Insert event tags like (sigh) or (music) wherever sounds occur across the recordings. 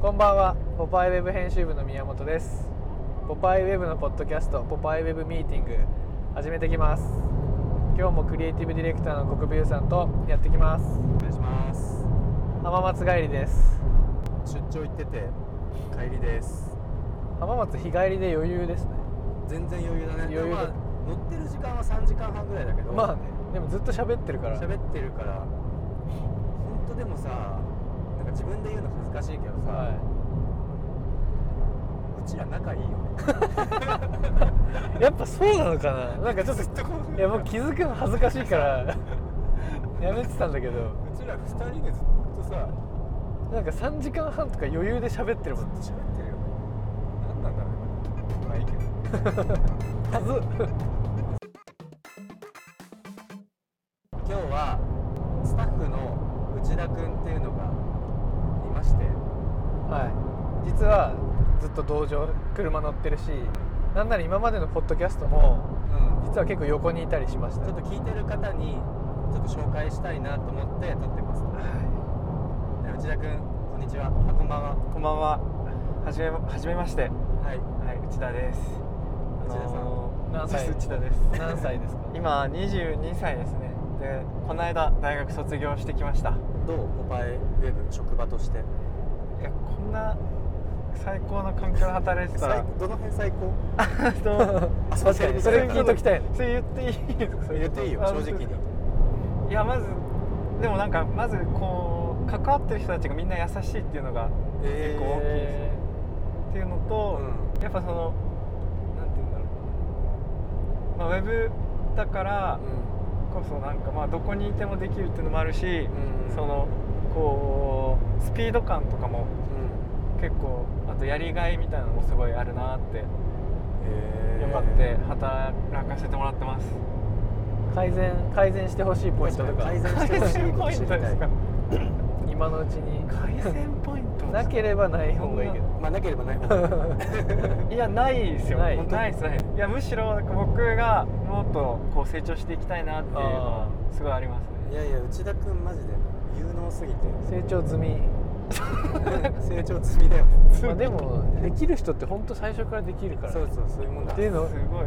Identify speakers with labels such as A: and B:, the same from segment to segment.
A: こんばんはポパイウェブ編集部の宮本ですポパイウェブのポッドキャストポパイウェブミーティング始めてきます今日もクリエイティブディレクターの国分さんとやってきます
B: お願いします
A: 浜松帰りです
B: 出張行ってて帰りです
A: 浜松日帰りで余裕ですね
B: 全然余裕だね
A: 余裕だ
B: まあ乗ってる時間は3時間半ぐらいだけど
A: まあねでもずっと喋ってるから
B: 喋ってるから本当でもさなんか自分で言うの恥ずかしいけどさ、
A: は
B: うちら仲
A: (laughs)
B: いいよね
A: い、やっぱそうなのかななんかちょっと
B: ずっとこう
A: いやもう気づくの恥ずかしいからやめてたんだけど
B: うちら2人でずっとさ
A: なんか3時間半とか余裕で喋ってるもん
B: ずっと喋ってるよね何なんだろうねまあいいけど
A: はず
B: 今日はスタッフの内田君っていうのがいまして
A: はい実はずっと同乗車乗ってるしなんなら今までのポッドキャストも
B: うん
A: 実は結構横にいたりしました
B: ちょっと聞いてる方にちょっと紹介したいなと思って撮ってます
C: は
B: で内田君こんにちはあこんばんはい
C: こんばんは。はじめまはじめまして。
B: はい
C: はい、内田です。
B: 内田さん
C: ん
A: 何歳
C: 内田です。
A: 何歳ですか
C: 今22歳ですね。で、この間大学卒業してきました。
B: どうポパイウェブ職場として
C: いや、こんな最高の環境で働いてたら、
B: どの辺最高
C: あ (laughs) の
B: あ
A: 確かにそれ聞いときたいね
C: それ言っていいですか？
B: 言っていいよ
C: あ
B: 正直に
C: いや、まずでもなんかまずこう関わってる人たちがみんな優しいっていうのが
B: え
C: 結構大きいですね。っていうのと、
B: う
C: やっぱそのなんて言うんだろう、まあ、ウェブだからこそなんかまあどこにいてもできるっていうのもあるし、
B: うん
C: そのこうスピード感とかも
B: うん
C: 結構あとやりがいみたいなのもすごいあるなってよ
B: え
C: かって働かせてもらってます。
A: 改善改善してほしいポイントとか
B: 改善してほしいこと
C: 改
B: 知
C: 善
B: りたい
C: ですか
A: 今のうちに
C: 改善ポイント
A: なければない方がいいけど
B: (laughs) まあなければない方 (laughs) がいい
C: いやないですよ
A: ない
C: 本当ないですないですいやむしろなんか僕がもっとこう成長していきたいなっていうのはすごいあります
B: い
C: ね
B: やいや内田君マジで有能 (laughs) すぎて
A: 成長済み
B: 成長済みだよ
A: まあでもできる人って本当最初からできるから
B: そうそうそういうもんだ
A: っていうの
C: す (laughs) ごい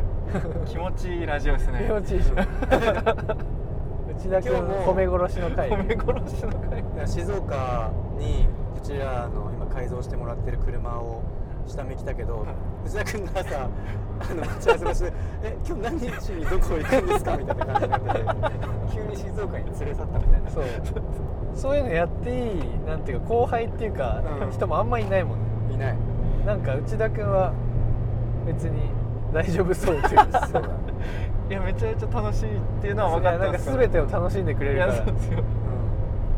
C: 気持ちいいラジオですね
A: 気持ちいいでしょ内田君
B: 今日も
A: 褒め殺しの回
C: 褒め殺しの会
B: いや (laughs) 静岡にこちらの今改造してもらってる車を下見来たけど、内田君が朝あの待ち合わせ場所で「え今日何日にどこ行くんですか?」みたいな感じになって (laughs) て急に静岡に連れ去ったみたいな
A: そうそういうのやっていいなんていうか後輩っていうか、
B: うん
A: 人もあんまいないもんね
B: いない
A: なんか内田君は別に大丈夫そうっていうか
B: そうだね、
C: いやめちゃめちゃ楽しいっていうのは分かってます
A: なんか全てを楽しんでくれるか
C: いやそう
A: ら
C: です (laughs) よ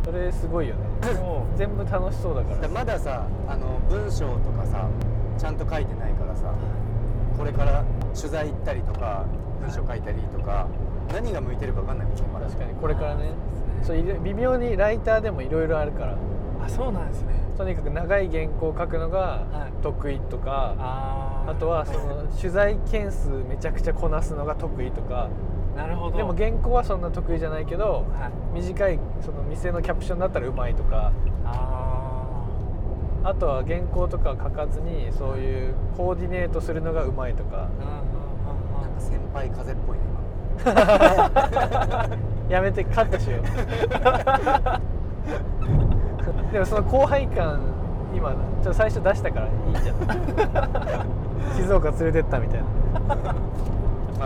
A: それすごいよね
C: もう
A: 全部楽しそうだ
B: うん、
A: か
B: だから
A: ら
B: まださあの文章とかさちゃんと書いてないからさこれから取材行ったりとか文章書いたりとか何が向いてるか分かんないもんねまだ
A: 確かにこれからね
C: そ
A: そうういろ微妙にライターでもいろいろあるから
C: あそうなんですね
A: とにかく長い原稿を書くのが
C: はい
A: 得意とか、
C: あー
A: あとはその取材件数めちゃくちゃこなすのが得意とか
C: なるほど
A: でも
C: はい
A: 原稿はそんな得意じゃないけど短いその店のキャプションだったらうまいとか
C: あ
A: あとは原稿とかは書かずにそういうコーディネートするのがうまいとか
C: ーうんうんう
B: な
C: ん
B: んか先輩風っぽいね今
A: やめてカット (laughs) しようでもその後輩感今ちょっと最初出したからいいじゃん静岡連れてったみたいな
B: まあ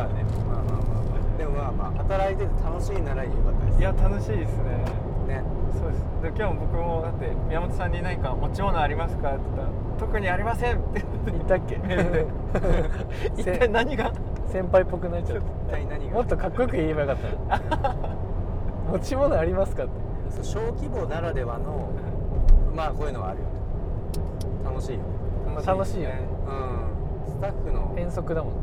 B: ね、まあまあまあまあ、でもまあまあ、働いてて楽しいならよかったで
C: う
B: す。
C: んいや楽しいですね
B: ね、
C: そうですで今日も僕もだって宮本さんに何か持ち物ありますかって言ったら特にありませんって
A: 言ったっ (laughs) け
C: 一体何が
A: 先輩っぽくなっちゃっ
B: 一体何
A: た
B: が。
A: もっとかっこよく言えばよかった (laughs) の持ち物ありますかって
B: そう小規模ならではの、まあ、こういうのはあるよね。楽しいよね。
A: まあ楽しいよね
B: うん、スタッフの、ぜ
A: 変則だもん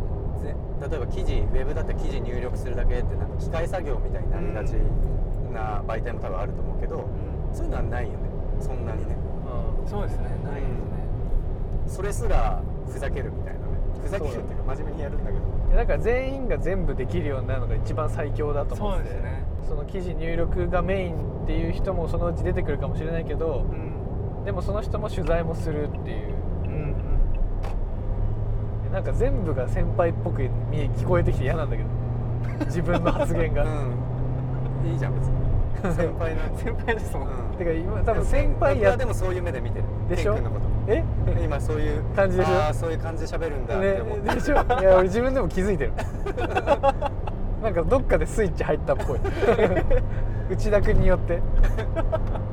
A: ね
B: 例えば記事、ウェブだったら記事入力するだけって、なんか機械作業みたいになりがちな媒体も多分あると思うけど。そういうのはないよね。そんなにね。
A: うん
C: そうですねないですね
B: それすらふざけるみたいなね。ふざけるっていうか、真面目にやるんだけど。
A: いやだから全員が全部できるようになるのが一番最強だと思ってて
C: そうですね
A: その記事入力がメインっていう人もそのうち出てくるかもしれないけど、
C: うん
A: でもその人も取材もするっていう
C: うんうん
A: なんか全部が先輩っぽく見え聞こえてきて嫌なんだけど自分の発
C: (laughs)
A: 言が、
B: うん、いいじゃん別に
A: (laughs)
B: 先輩なんで
C: 先輩ですもん、
A: てか今多
B: でも
A: 分先輩
B: 僕
A: や
B: はでもそういう目で見てる
A: でしょ
B: ケン君のこ
A: え (laughs)
B: と今そういう
A: 感じでしょ
B: ああそういう感じで喋るんだって思って、
A: ね、でしょいや俺自分でも気づいてる (laughs) なんかどっかでスイッチ入ったっぽい (laughs) 内田君によって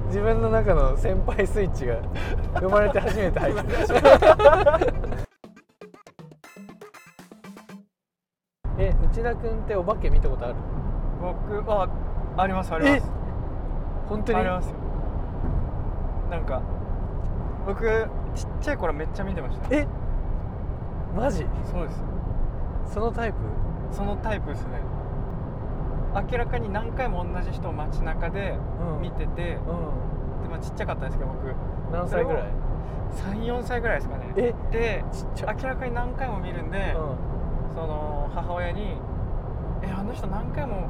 A: 自分の中の先輩スイッチが生まれて初めて入った (laughs) え内田君ってお化け見たことある
C: 僕はありますあります
A: 本当に
C: ありますよなんか僕ちっちゃい頃めっちゃ見てました
A: えマジ
C: そうです
A: そのタイプ
C: そのタイプですね明らかに何回も同じ人を街中で
A: うん
C: 見てて、
A: う
C: でまあ、ちっちゃかったんですけど僕
A: ん何歳ぐらい
C: 34歳ぐらいですかね
A: え
C: で
A: ちっちゃい
C: 明らかに何回も見るんで、その母親に「えあの人何回も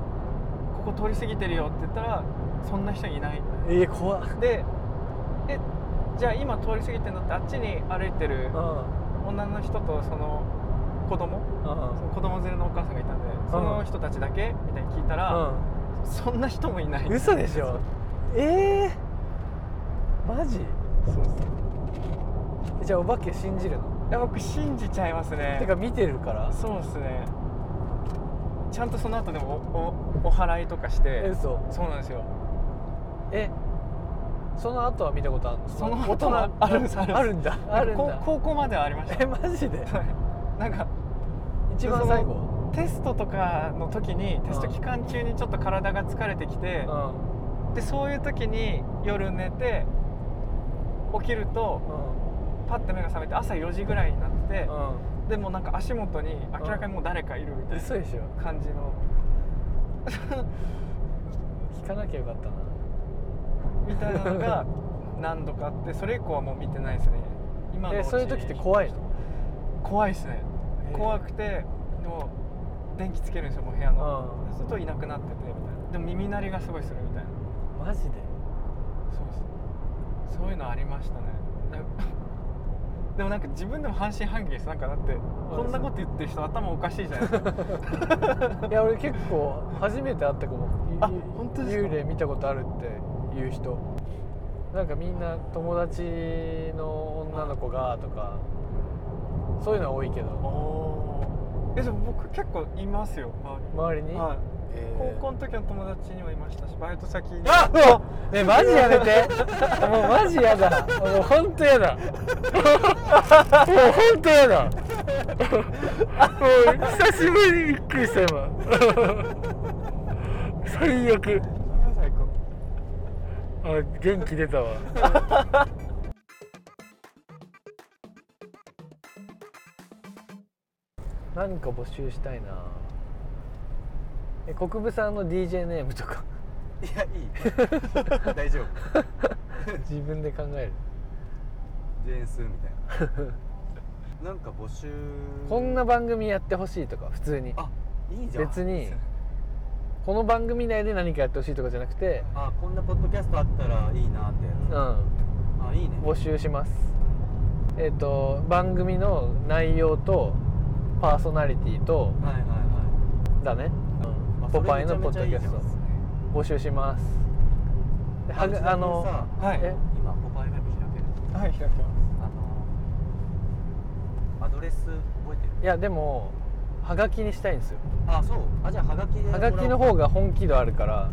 C: ここ通り過ぎてるよ」って言ったら「そんな人いない
A: うんえー、怖っ」
C: で「えじゃあ今通り過ぎてるのってあっちに歩いてる
A: うん
C: 女の人とその子供
A: うん
C: その子供連れのお母さんがいたんでその人たちだけ?」みたいに聞いたら「そんな人もいない」
A: うん嘘でしょええマジ
C: そうそう
A: えじゃあお化け信じるの
C: いや僕信じちゃいますね
A: てか見てるから
C: そうですねちゃんとその後でもおおお祓いとかして
A: 嘘
C: そうなんですよ
A: えその後は見たことあるの
C: その
A: 大
C: 後
A: 人
C: はあるんですあるんです
A: んだあるん
C: 高
A: だ
C: 高校まではありました (laughs)
A: えマジで
C: はいなんか
A: 一番最後
C: テストとかの時にテスト
A: うん
C: 期間中にちょっと体が疲れてきて、
A: ん
C: でそういう時に夜寝て起きるとパッて目が覚めて朝4時ぐらいになってて、
A: うん
C: でもうなんか足元に明らかにもう誰かいるみたい
A: 嘘でしょ
C: な感じの
A: 聞かなきゃよかったな
C: みたいな
A: (laughs)
C: のが何度かあってそれ以降はもう見てないですね今の
A: え
C: うち
A: そういう時って怖いの
C: 怖いですね
A: えー
C: 怖くてもう電気つけるんですよもう部屋の
A: う
C: そうするといなくなっててみたいなでも耳鳴りがすごいするみたいなん
A: マジで
C: そうですそういうのありましたねででもなんか自分でも半信半疑ですなんかだってこんなこと言ってる人頭おかしいじゃないです
A: (laughs)
C: か
A: いや俺結構初めて会った子もゆ
C: あ本当ですか
A: 幽霊見たことあるっていう人なんかみんな友達の女の子がとかそういうのは多いけど
C: えでも僕結構いますよ周
A: 周り
C: り
A: に、
C: に、はい、
B: え
C: 高
B: ー
C: 校の時の友達にはいましたしバイト先に
A: あもうねマジやめて (laughs) もうマジやだもう本当やだもう本当や
C: (laughs)
A: だもう久しぶりにびっくりした今 (laughs) 最悪
C: 最高
A: あ元気出たわなんか募集したいなえ国分さんの DJ ネームと
B: (laughs)
A: か
B: い
A: (laughs)
B: やいい大丈夫
A: 自分で考える
B: ジェーンスーみたい
A: (laughs)
B: ななんか募集
A: こんな番組やってほしいとか普通に
B: あいいじゃん
A: 別にこの番組内で何かやってほしいとかじゃなくて
B: あこんなポッドキャストあったらいいなってや
A: う
B: つ
A: ん
B: あいいね
A: 募集しますえっ、と番組の内容とパーソナリティと
B: はいはいは
A: だね、
B: いあ
A: ポパイのポッドキャ
B: それめちゃめちゃいいじ
A: ス
B: ゃ
A: ト
B: ん
A: 募集しますではぐ
B: あ
A: あの
C: はい
A: え
B: 今ポパイウェブ開ける
C: はい開きます
B: あのアドレス覚えてる
A: いやでもはがきにしたいんですよ
B: あそうあじゃあはがきで
A: はがきの
B: もらお
A: 方
B: う
A: が本気度あるから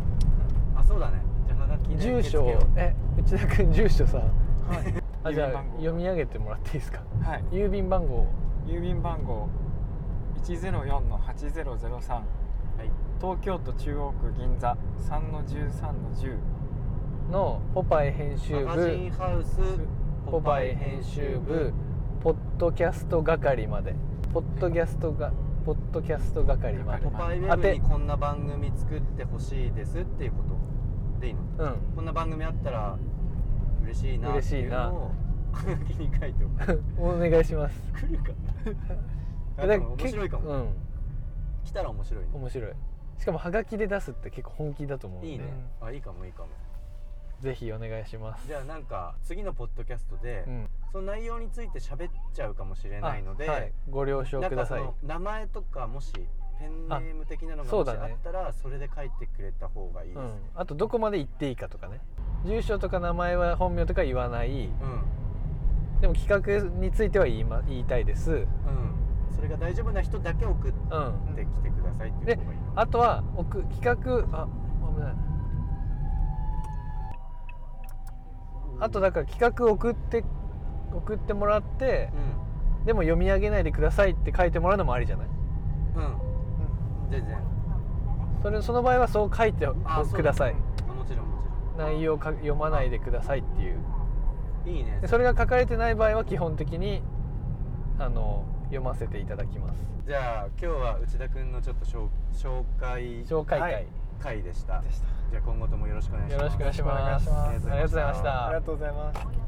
B: あそうだねじゃあはがきで
A: 住
B: 受付
A: 所
B: を
A: をえ内田君住所さ
C: はい
A: あじゃあ
C: 郵便番号
A: 読み上げてもらっていいですか
C: はい
A: 郵便番号
C: 郵便番号104-8003
B: はい
C: 東京都中央区銀座3の13の10
A: のポパイ編集
B: マガジン
A: 部
B: ハウス
A: ポパイ編集部ポッドキャスト係までポッドキャストがポッドキャスト係まで
B: ポパイウェブにこんな番組作ってほしいですっていうことでいいの
A: うん
B: こんな番組あったら嬉しいなっていうのをはがきに書いておく
A: (laughs) お願いします
B: 来るか
A: (laughs)
B: なで
A: だ
B: も
A: らけ
B: 面白いかも、
A: うん
B: 来たら面白いね
A: 面白いしかもハガキで出すって結構本気だと思うんで
B: いいね、あいいかもいいかも
A: ぜひお願いします
B: じゃあなんか次のポッドキャストで、
A: うん
B: その内容について喋っちゃうかもしれないので、
A: あはいご了承
B: なん
A: く
B: か
A: だ
B: そ
A: さい
B: の名前とかもしペンネーム的なのが
A: そ
B: も
A: う
B: しあ
A: だね
B: ったらそれで書いてくれた方がいいで
A: う
B: す、
A: ん、あとどこまで行っていいかとかね住所とか名前は本名とか言わないでも企画については言い,、ま、言いたいです
B: うん、うん、それが大丈夫な人だけ送っ
A: うん
B: てきてくださいってい
A: で
B: う方がいい
A: あとは奥企画あ危ないあとだから企画送って送ってもらって
B: う
A: でも読み上げないでくださいって書いてもらうのもありじゃない
B: んうん全然
A: それその場合はそう書いて
B: あそう
A: ください
B: うんもちろんもち
A: 内容か読まないでくださいっていう
B: ろんいいね
A: でそれが書かれてない場合は基本的にあの読ませていただきます
B: じゃあ今日は内田君のちょっと紹紹介
A: 紹介会、
C: はい
B: 会でしたじゃあ今後ともよろしくお願いし
A: よ
B: ます
A: ろしくお願いします
B: お願いします
A: ありがとうございました
C: ありがとうございます